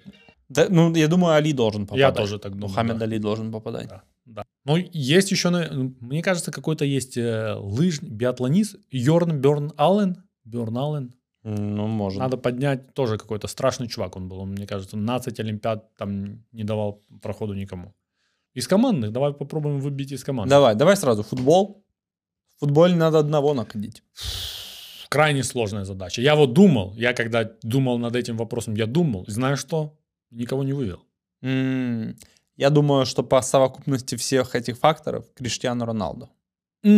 Да, ну, я думаю, Али должен попадать. Я тоже так думаю. Мухаммед да. Али должен попадать. Да. Но есть еще, на- ну, мне кажется, какой-то есть э, лыжный биатлонист Йорн Берн Аллен. Берн Аллен. Ну, может. Надо поднять тоже какой-то страшный чувак он был. Он, мне кажется, 12 Олимпиад там не давал проходу никому. Из командных, давай попробуем выбить из команды. Давай, давай сразу. Футбол. В футболе надо одного находить. Крайне сложная задача. Я вот думал, я когда думал над этим вопросом, я думал, и знаешь что? Никого не вывел. М, Я думаю, что по совокупности всех этих факторов Криштиану Роналду. М,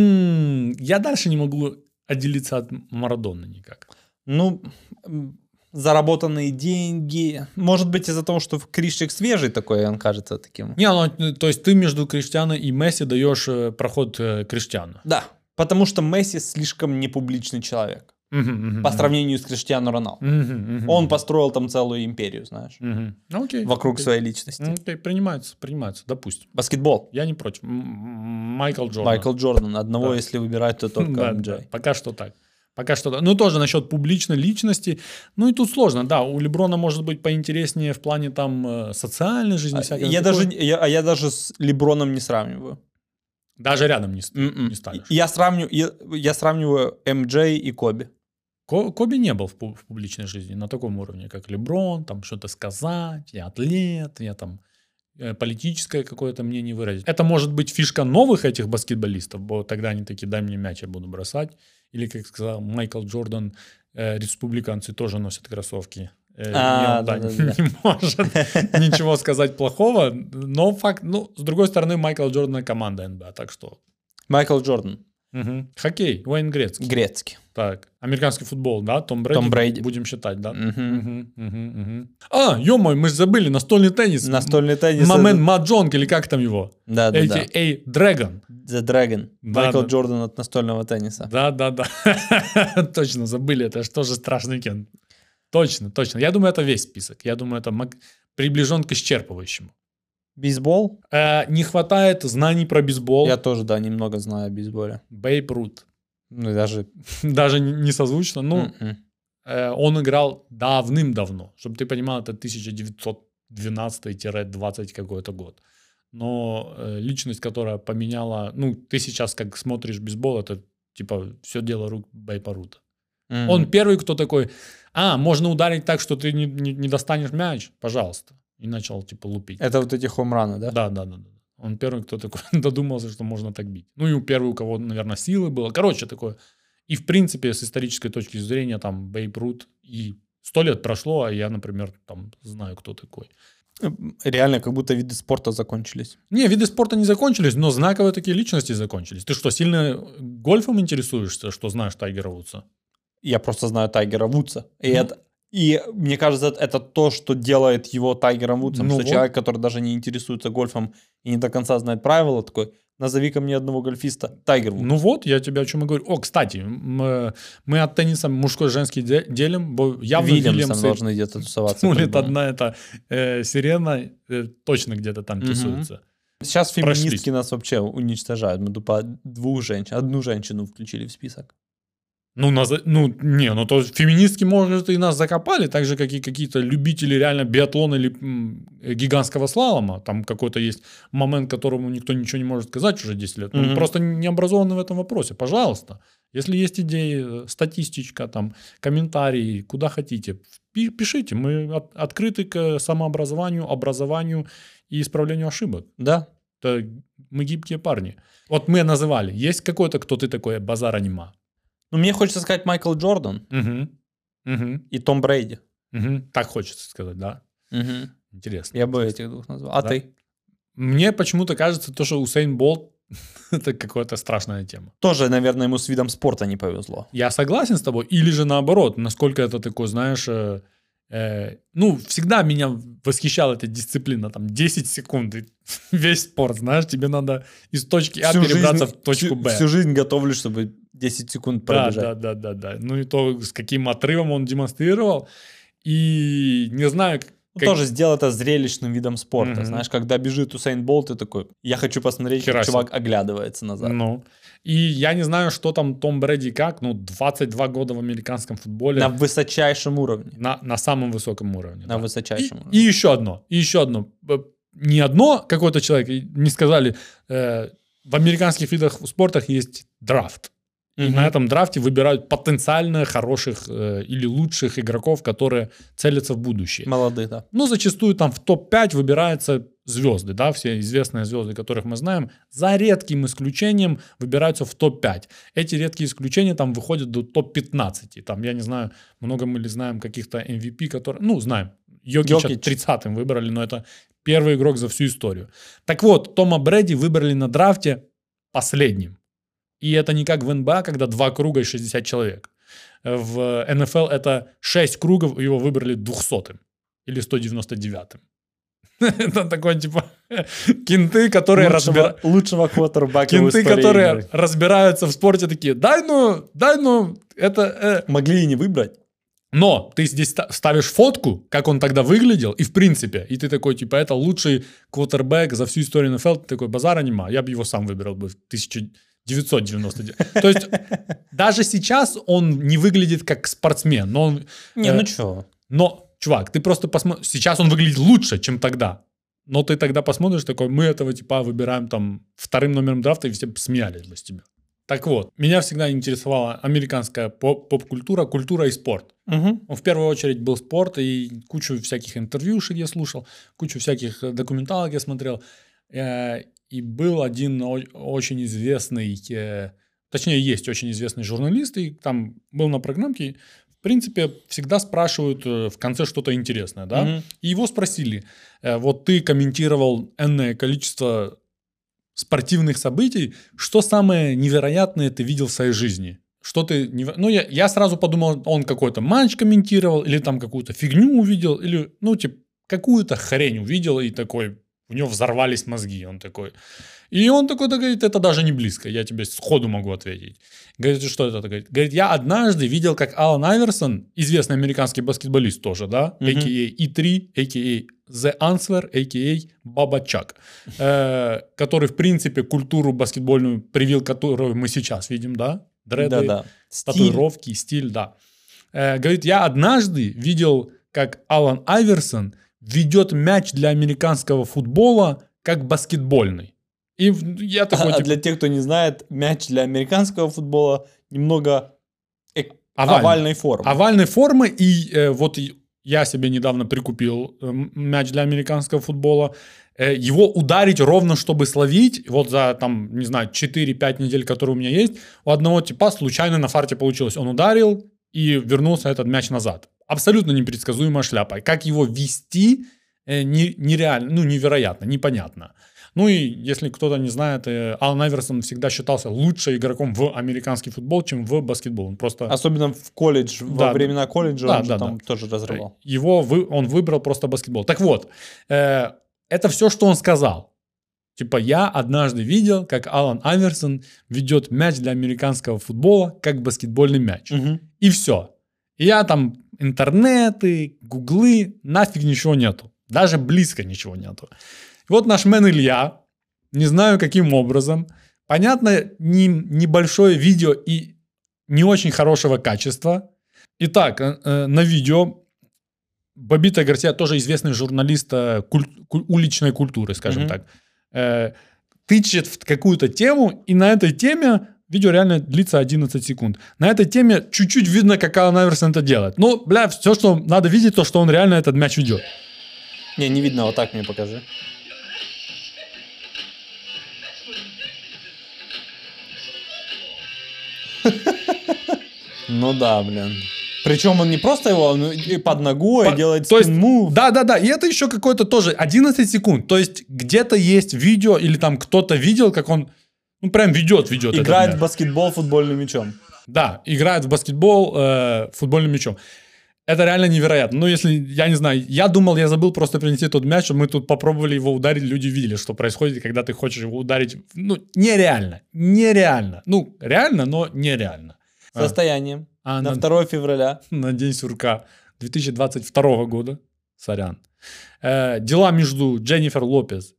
М-м, я дальше не могу отделиться от Марадоны никак. Ну, м, заработанные деньги. Может быть, из-за того, что Кришчик свежий такой, он кажется таким. Не, ну, то есть ты между Криштиану и Месси даешь э, проход э, Криштиану. Да, потому что Месси слишком непубличный человек Мгм, мгм, по мгм. сравнению с Криштиану Роналду. Мгм, мгм, Он мгм. построил там целую империю, знаешь, Мгм. Ну, Окей, вокруг окей. Ну, своей личности. Окей, принимается, принимается, допустим. Баскетбол. Я не против. М- м- Майкл Джордан. Майкл Джордан. Одного, Да. если выбирать, то только (laughs) Да, MJ. да, пока что так. Пока что так. Ну, тоже насчет публичной личности. Ну, и тут сложно, да. У Леброна может быть поинтереснее в плане там э, социальной жизни. А, всякой Я такой. даже, я, а я даже с Леброном не сравниваю. Даже рядом не, с- М-м. не станешь. Я сравню, я, я сравниваю МД и Коби. Ко- Коби не был в, пу- в публичной жизни на таком уровне, как Леброн, там что-то сказать, я атлет, я там э, политическое какое-то мнение выразить. Это может быть фишка новых этих баскетболистов, бо тогда они такие, дай мне мяч, я буду бросать. Или, как сказал Майкл Джордан, э, республиканцы тоже носят кроссовки. Э, и А, он, да, да-да-да. (laughs) не может (laughs) ничего сказать плохого, но факт, ну, с другой стороны, Майкл Джордана команда НБА, А, так что Майкл Джордан. Мгм. Хоккей, Уэйн Грецкий. Грецкий. Так, американский футбол, да? Том Брейди. Том Брейди. Будем считать, да? Мгм. Мгм, мгм, мгм. А, ё-моё, мы же забыли, настольный теннис. Настольный теннис. Момент Маджонг или как там его? Да, да, да. ATA Dragon. The Dragon. Да, Майкл да. Джордан от настольного тенниса. Да, да, да. (laughs) Точно, забыли, это же тоже страшный кен. Точно, точно. Я думаю, это весь список. Я думаю, это мак- приближен к исчерпывающему. Бейсбол? Э, не хватает знаний про бейсбол. Я тоже, да, немного знаю о бейсболе. Бейб Рут. Ну, и даже... Даже не не созвучно. Ну, М-м. Э, он играл давным-давно. Чтобы ты понимал, это 1912-20 какой-то год. Но э, личность, которая поменяла... Ну, ты сейчас как смотришь бейсбол, это типа все дело рук Бейпа Рута. М. Он первый, кто такой, а, можно ударить так, что ты не, не- не достанешь мяч? Пожалуйста. И начал типа лупить. Это вот эти хомраны, да? Да, да, да. да. Он первый, кто такой (laughs) додумался, что можно так бить. Ну и первый, у кого, наверное, силы было. Короче, такое. И, в принципе, с исторической точки зрения, там, Бейб Рут и сто лет прошло, а я, например, там, знаю, кто такой. М, Реально, как будто виды спорта закончились. Не, виды спорта не закончились, но знаковые такие личности закончились. Ты что, сильно гольфом интересуешься, что знаешь Тайгера Вудса? Я просто знаю Тайгера Вудса. И, Ну. это, и мне кажется, это то, что делает его Тайгером Вудсом. Ну что вот. человек, который даже не интересуется гольфом и не до конца знает правила, такой, назови ко мне одного гольфиста. Тайгер Вудс. Ну вот, я тебе о чем и говорю. О, кстати, м, э, мы от тенниса мужской-женский де- делим, бо явно Вильямсом Вильямсы- должны где-то тусоваться. Улит по-любому. Ну, одна эта э, сирена э, точно где-то там Мгм. тусуется. Сейчас феминистки Прошлись. нас вообще уничтожают. Мы тупо двух женщин, одну женщину включили в список. Ну, наза- ну, не, ну то феминистки, может, и нас закопали, так же, как и какие-то любители реально биатлона или м, э, гигантского слалома. Там какой-то есть момент, которому никто ничего не может сказать уже 10 лет. Ну, Мгм. просто не образованы в этом вопросе. Пожалуйста, если есть идеи, э, статистичка, там, комментарии, куда хотите, пи- пишите. Мы от- открыты к самообразованию, образованию и исправлению ошибок. Да? Это мы гибкие парни. Вот мы называли. Есть какой-то, кто ты такой, базар анима. Ну, мне хочется сказать Майкл Джордан Угу. Угу. и Том Брейди. Угу. Так хочется сказать, да. Интересно. Я бы этих двух назвал. А Да. ты? Мне почему-то кажется, то, что Усейн Болт (laughs) это какая-то страшная тема. Тоже, наверное, ему с видом спорта не повезло. Я согласен с тобой, или же наоборот, насколько это такой, знаешь, э, э, ну, всегда меня восхищала эта дисциплина, там, 10 секунд, и (laughs) весь спорт, знаешь, тебе надо из точки А перебраться в всю- точку Б. всю жизнь готовлюсь, чтобы 10 секунд Да, пробежать. да, да, да, да. Ну и то, с каким отрывом он демонстрировал. И не знаю, к- Ну, как- Тоже сделал это зрелищным видом спорта. Мгм. Знаешь, когда бежит Усейн Болт, ты такой, я хочу посмотреть, как Херасим. чувак оглядывается назад. Ну. И я не знаю, что там Том Брэди как, ну, 22 года в американском футболе На на, высочайшем уровне. на, самом высоком уровне. На да. и, высочайшем и уровне. еще одно, и еще одно. Э, Не одно какой-то человек, и не сказали, э, в американских видах спортах есть драфт. И Мгм. на этом драфте выбирают потенциально хороших э, или лучших игроков, которые целятся в будущее. Молодых, да. Ну, зачастую там в топ-5 выбираются звезды, да, все известные звезды, которых мы знаем, за редким исключением выбираются в топ-5. Эти редкие исключения там выходят до топ-15. Там, я не знаю, много мы ли знаем каких-то MVP, которые... Ну, знаем. Йокича Йокич. 30-м выбрали, но это первый игрок за всю историю. Так вот, Тома Брэди выбрали на драфте последним. И это не как в НБА, когда два круга и 60 человек. Э, В НФЛ это 6 кругов, и его выбрали 200-м или 199-м. (laughs) Это такой, типа, (laughs) кенты, которые разбирают... Лучшего, лучшего квотербека в Кенты, истории которые игры. разбираются в спорте, такие, дай ну, дай ну, это... э». Могли и не выбрать. Но ты здесь ста- ставишь фотку, как он тогда выглядел, и в принципе, и ты такой, типа, это лучший квотербек за всю историю НФЛ, ты такой, базар анима, я бы его сам выбирал бы в 1999. (laughs) То есть даже сейчас он не выглядит как спортсмен, но он... Не, Э, ну чё. Но, чувак, ты просто посмотри... Сейчас он выглядит лучше, чем тогда. Но ты тогда посмотришь такой, мы этого типа выбираем там вторым номером драфта, и все бы смеялись бы с тебя. Так вот, меня всегда интересовала американская поп- поп-культура, культура и спорт. Мгм. Ну, В первую очередь был спорт, и кучу всяких интервьюшек я слушал, кучу всяких э, документалок я смотрел. Э, И был один о- очень известный, э, точнее, есть очень известный журналист, и там был на программке, в принципе, всегда спрашивают э, в конце что-то интересное, да? Мгм. И его спросили, э, вот ты комментировал энное количество спортивных событий, что самое невероятное ты видел в своей жизни? Что ты... неверо- Ну, я, я сразу подумал, он какой-то матч комментировал, или там какую-то фигню увидел, или, ну, типа, какую-то хрень увидел, и такой, у него взорвались мозги, он такой. И он такой да, говорит, это даже не близко, я тебе сходу могу ответить. Говорит, что это? Говорит, говорит я однажды видел, как Алан Айверсон, известный американский баскетболист тоже, да, а Мгм. a.k.a. E3, a.k.a. The Answer, a.k.a. Баба Чак, э, который, в принципе, культуру баскетбольную привил, которую мы сейчас видим, да, дреды, Да-да. Стиль. татуировки, стиль, да. Э, говорит, я однажды видел, как Алан Айверсон ведет мяч для американского футбола как баскетбольный. И в- я такой, (laughs) А типа, для тех, кто не знает, мяч для американского футбола немного эк- Овальный. овальной формы. овальной формы, и э, вот и я себе недавно прикупил э, м- мяч для американского футбола. Э, его ударить ровно, чтобы словить, вот за, там, не знаю, 4-5 недель, которые у меня есть, у одного типа случайно на фарте получилось. Он ударил, и вернулся этот мяч назад. Абсолютно непредсказуемая шляпа. Как его вести, э, не- нереально, ну, невероятно, непонятно. Ну и, если кто-то не знает, э, Алан Айверсон всегда считался лучшим игроком в американский футбол, чем в баскетбол. Он просто... Э, Особенно в колледж, Да, во времена колледжа да, он же да, там тоже разрывал. Его вы, он выбрал просто баскетбол. Так вот, э, это все, что он сказал. Типа, я однажды видел, как Алан Айверсон ведет мяч для американского футбола как баскетбольный мяч. Мгм. И все. И я там интернеты, гуглы, нафиг ничего нету. Даже близко ничего нету. И вот наш мэн Илья, не знаю каким образом, понятно, не- небольшое видео и не очень хорошего качества. Итак, э, э, на видео Бабита Гарсия, тоже известный журналист э, куль- куль- уличной культуры, скажем Мгм. так, э, тычет в какую-то тему, и на этой теме видео реально длится 11 секунд. На этой теме чуть-чуть видно, как Алан Айверсон это делает. Ну, бля, все, что надо видеть, то, что он реально этот мяч ведет. Не, не видно, вот так мне покажи. (laughs) Ну да, блин. Причем он не просто его, он и под ногой По- делает то есть- спин-мув. Да, да, да. И это еще какой-то тоже 11 секунд. То есть где-то есть видео или там кто-то видел, как он ну прям ведет, ведет. этот играет мяч. в баскетбол футбольным мячом. Да, играет в баскетбол э, футбольным мячом. Это реально невероятно. Ну, если, я не знаю, я думал, я забыл просто принести тот мяч, а мы тут попробовали его ударить, люди видели, что происходит, когда ты хочешь его ударить. Ну, нереально, нереально. Ну, реально, но нереально. А. Состоянием. А На на- 2 февраля. на День сурка 2022 года, сорян, Э, дела между Дженнифер Лопес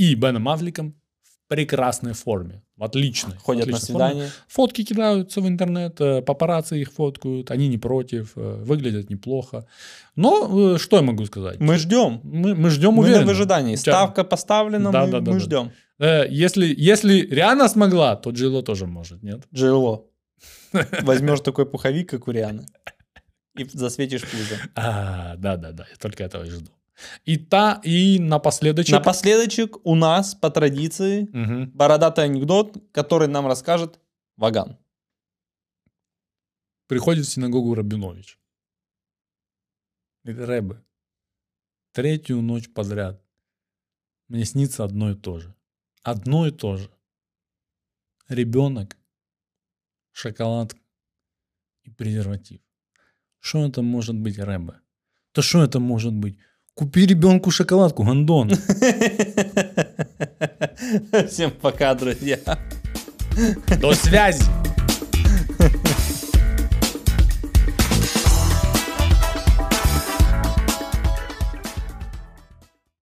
и Беном Аффлеком в прекрасной форме, в отличной. в Ходят на отличной форме. свидание. Фотки кидаются в интернет, э, папарацци их фоткают, они не против, э, выглядят неплохо. Но э, что я могу сказать? Мы ждем. Мы, мы ждем Мы уверенно. на выжидании. У тебя- Ставка поставлена, Да, мы, да, да, мы да. ждем. Э, Если, если Риана смогла, то Джило тоже может, нет? Джейло. Возьмешь такой пуховик, как у Рианы. И засветишь пузо. А, да-да-да, я только этого и жду. И та, и напоследочек... Напоследочек у нас, по традиции, Мгм. бородатый анекдот, который нам расскажет Ваган. (laughs) приходит в синагогу Рабинович. Говорит, Рэбе, третью ночь подряд мне снится одно и то же. Одно и то же. Ребенок, шоколадка и презерватив. Что это может быть, Рэбе? Да что это может быть? Купи ребенку шоколадку, гондон. Всем пока, друзья. До связи!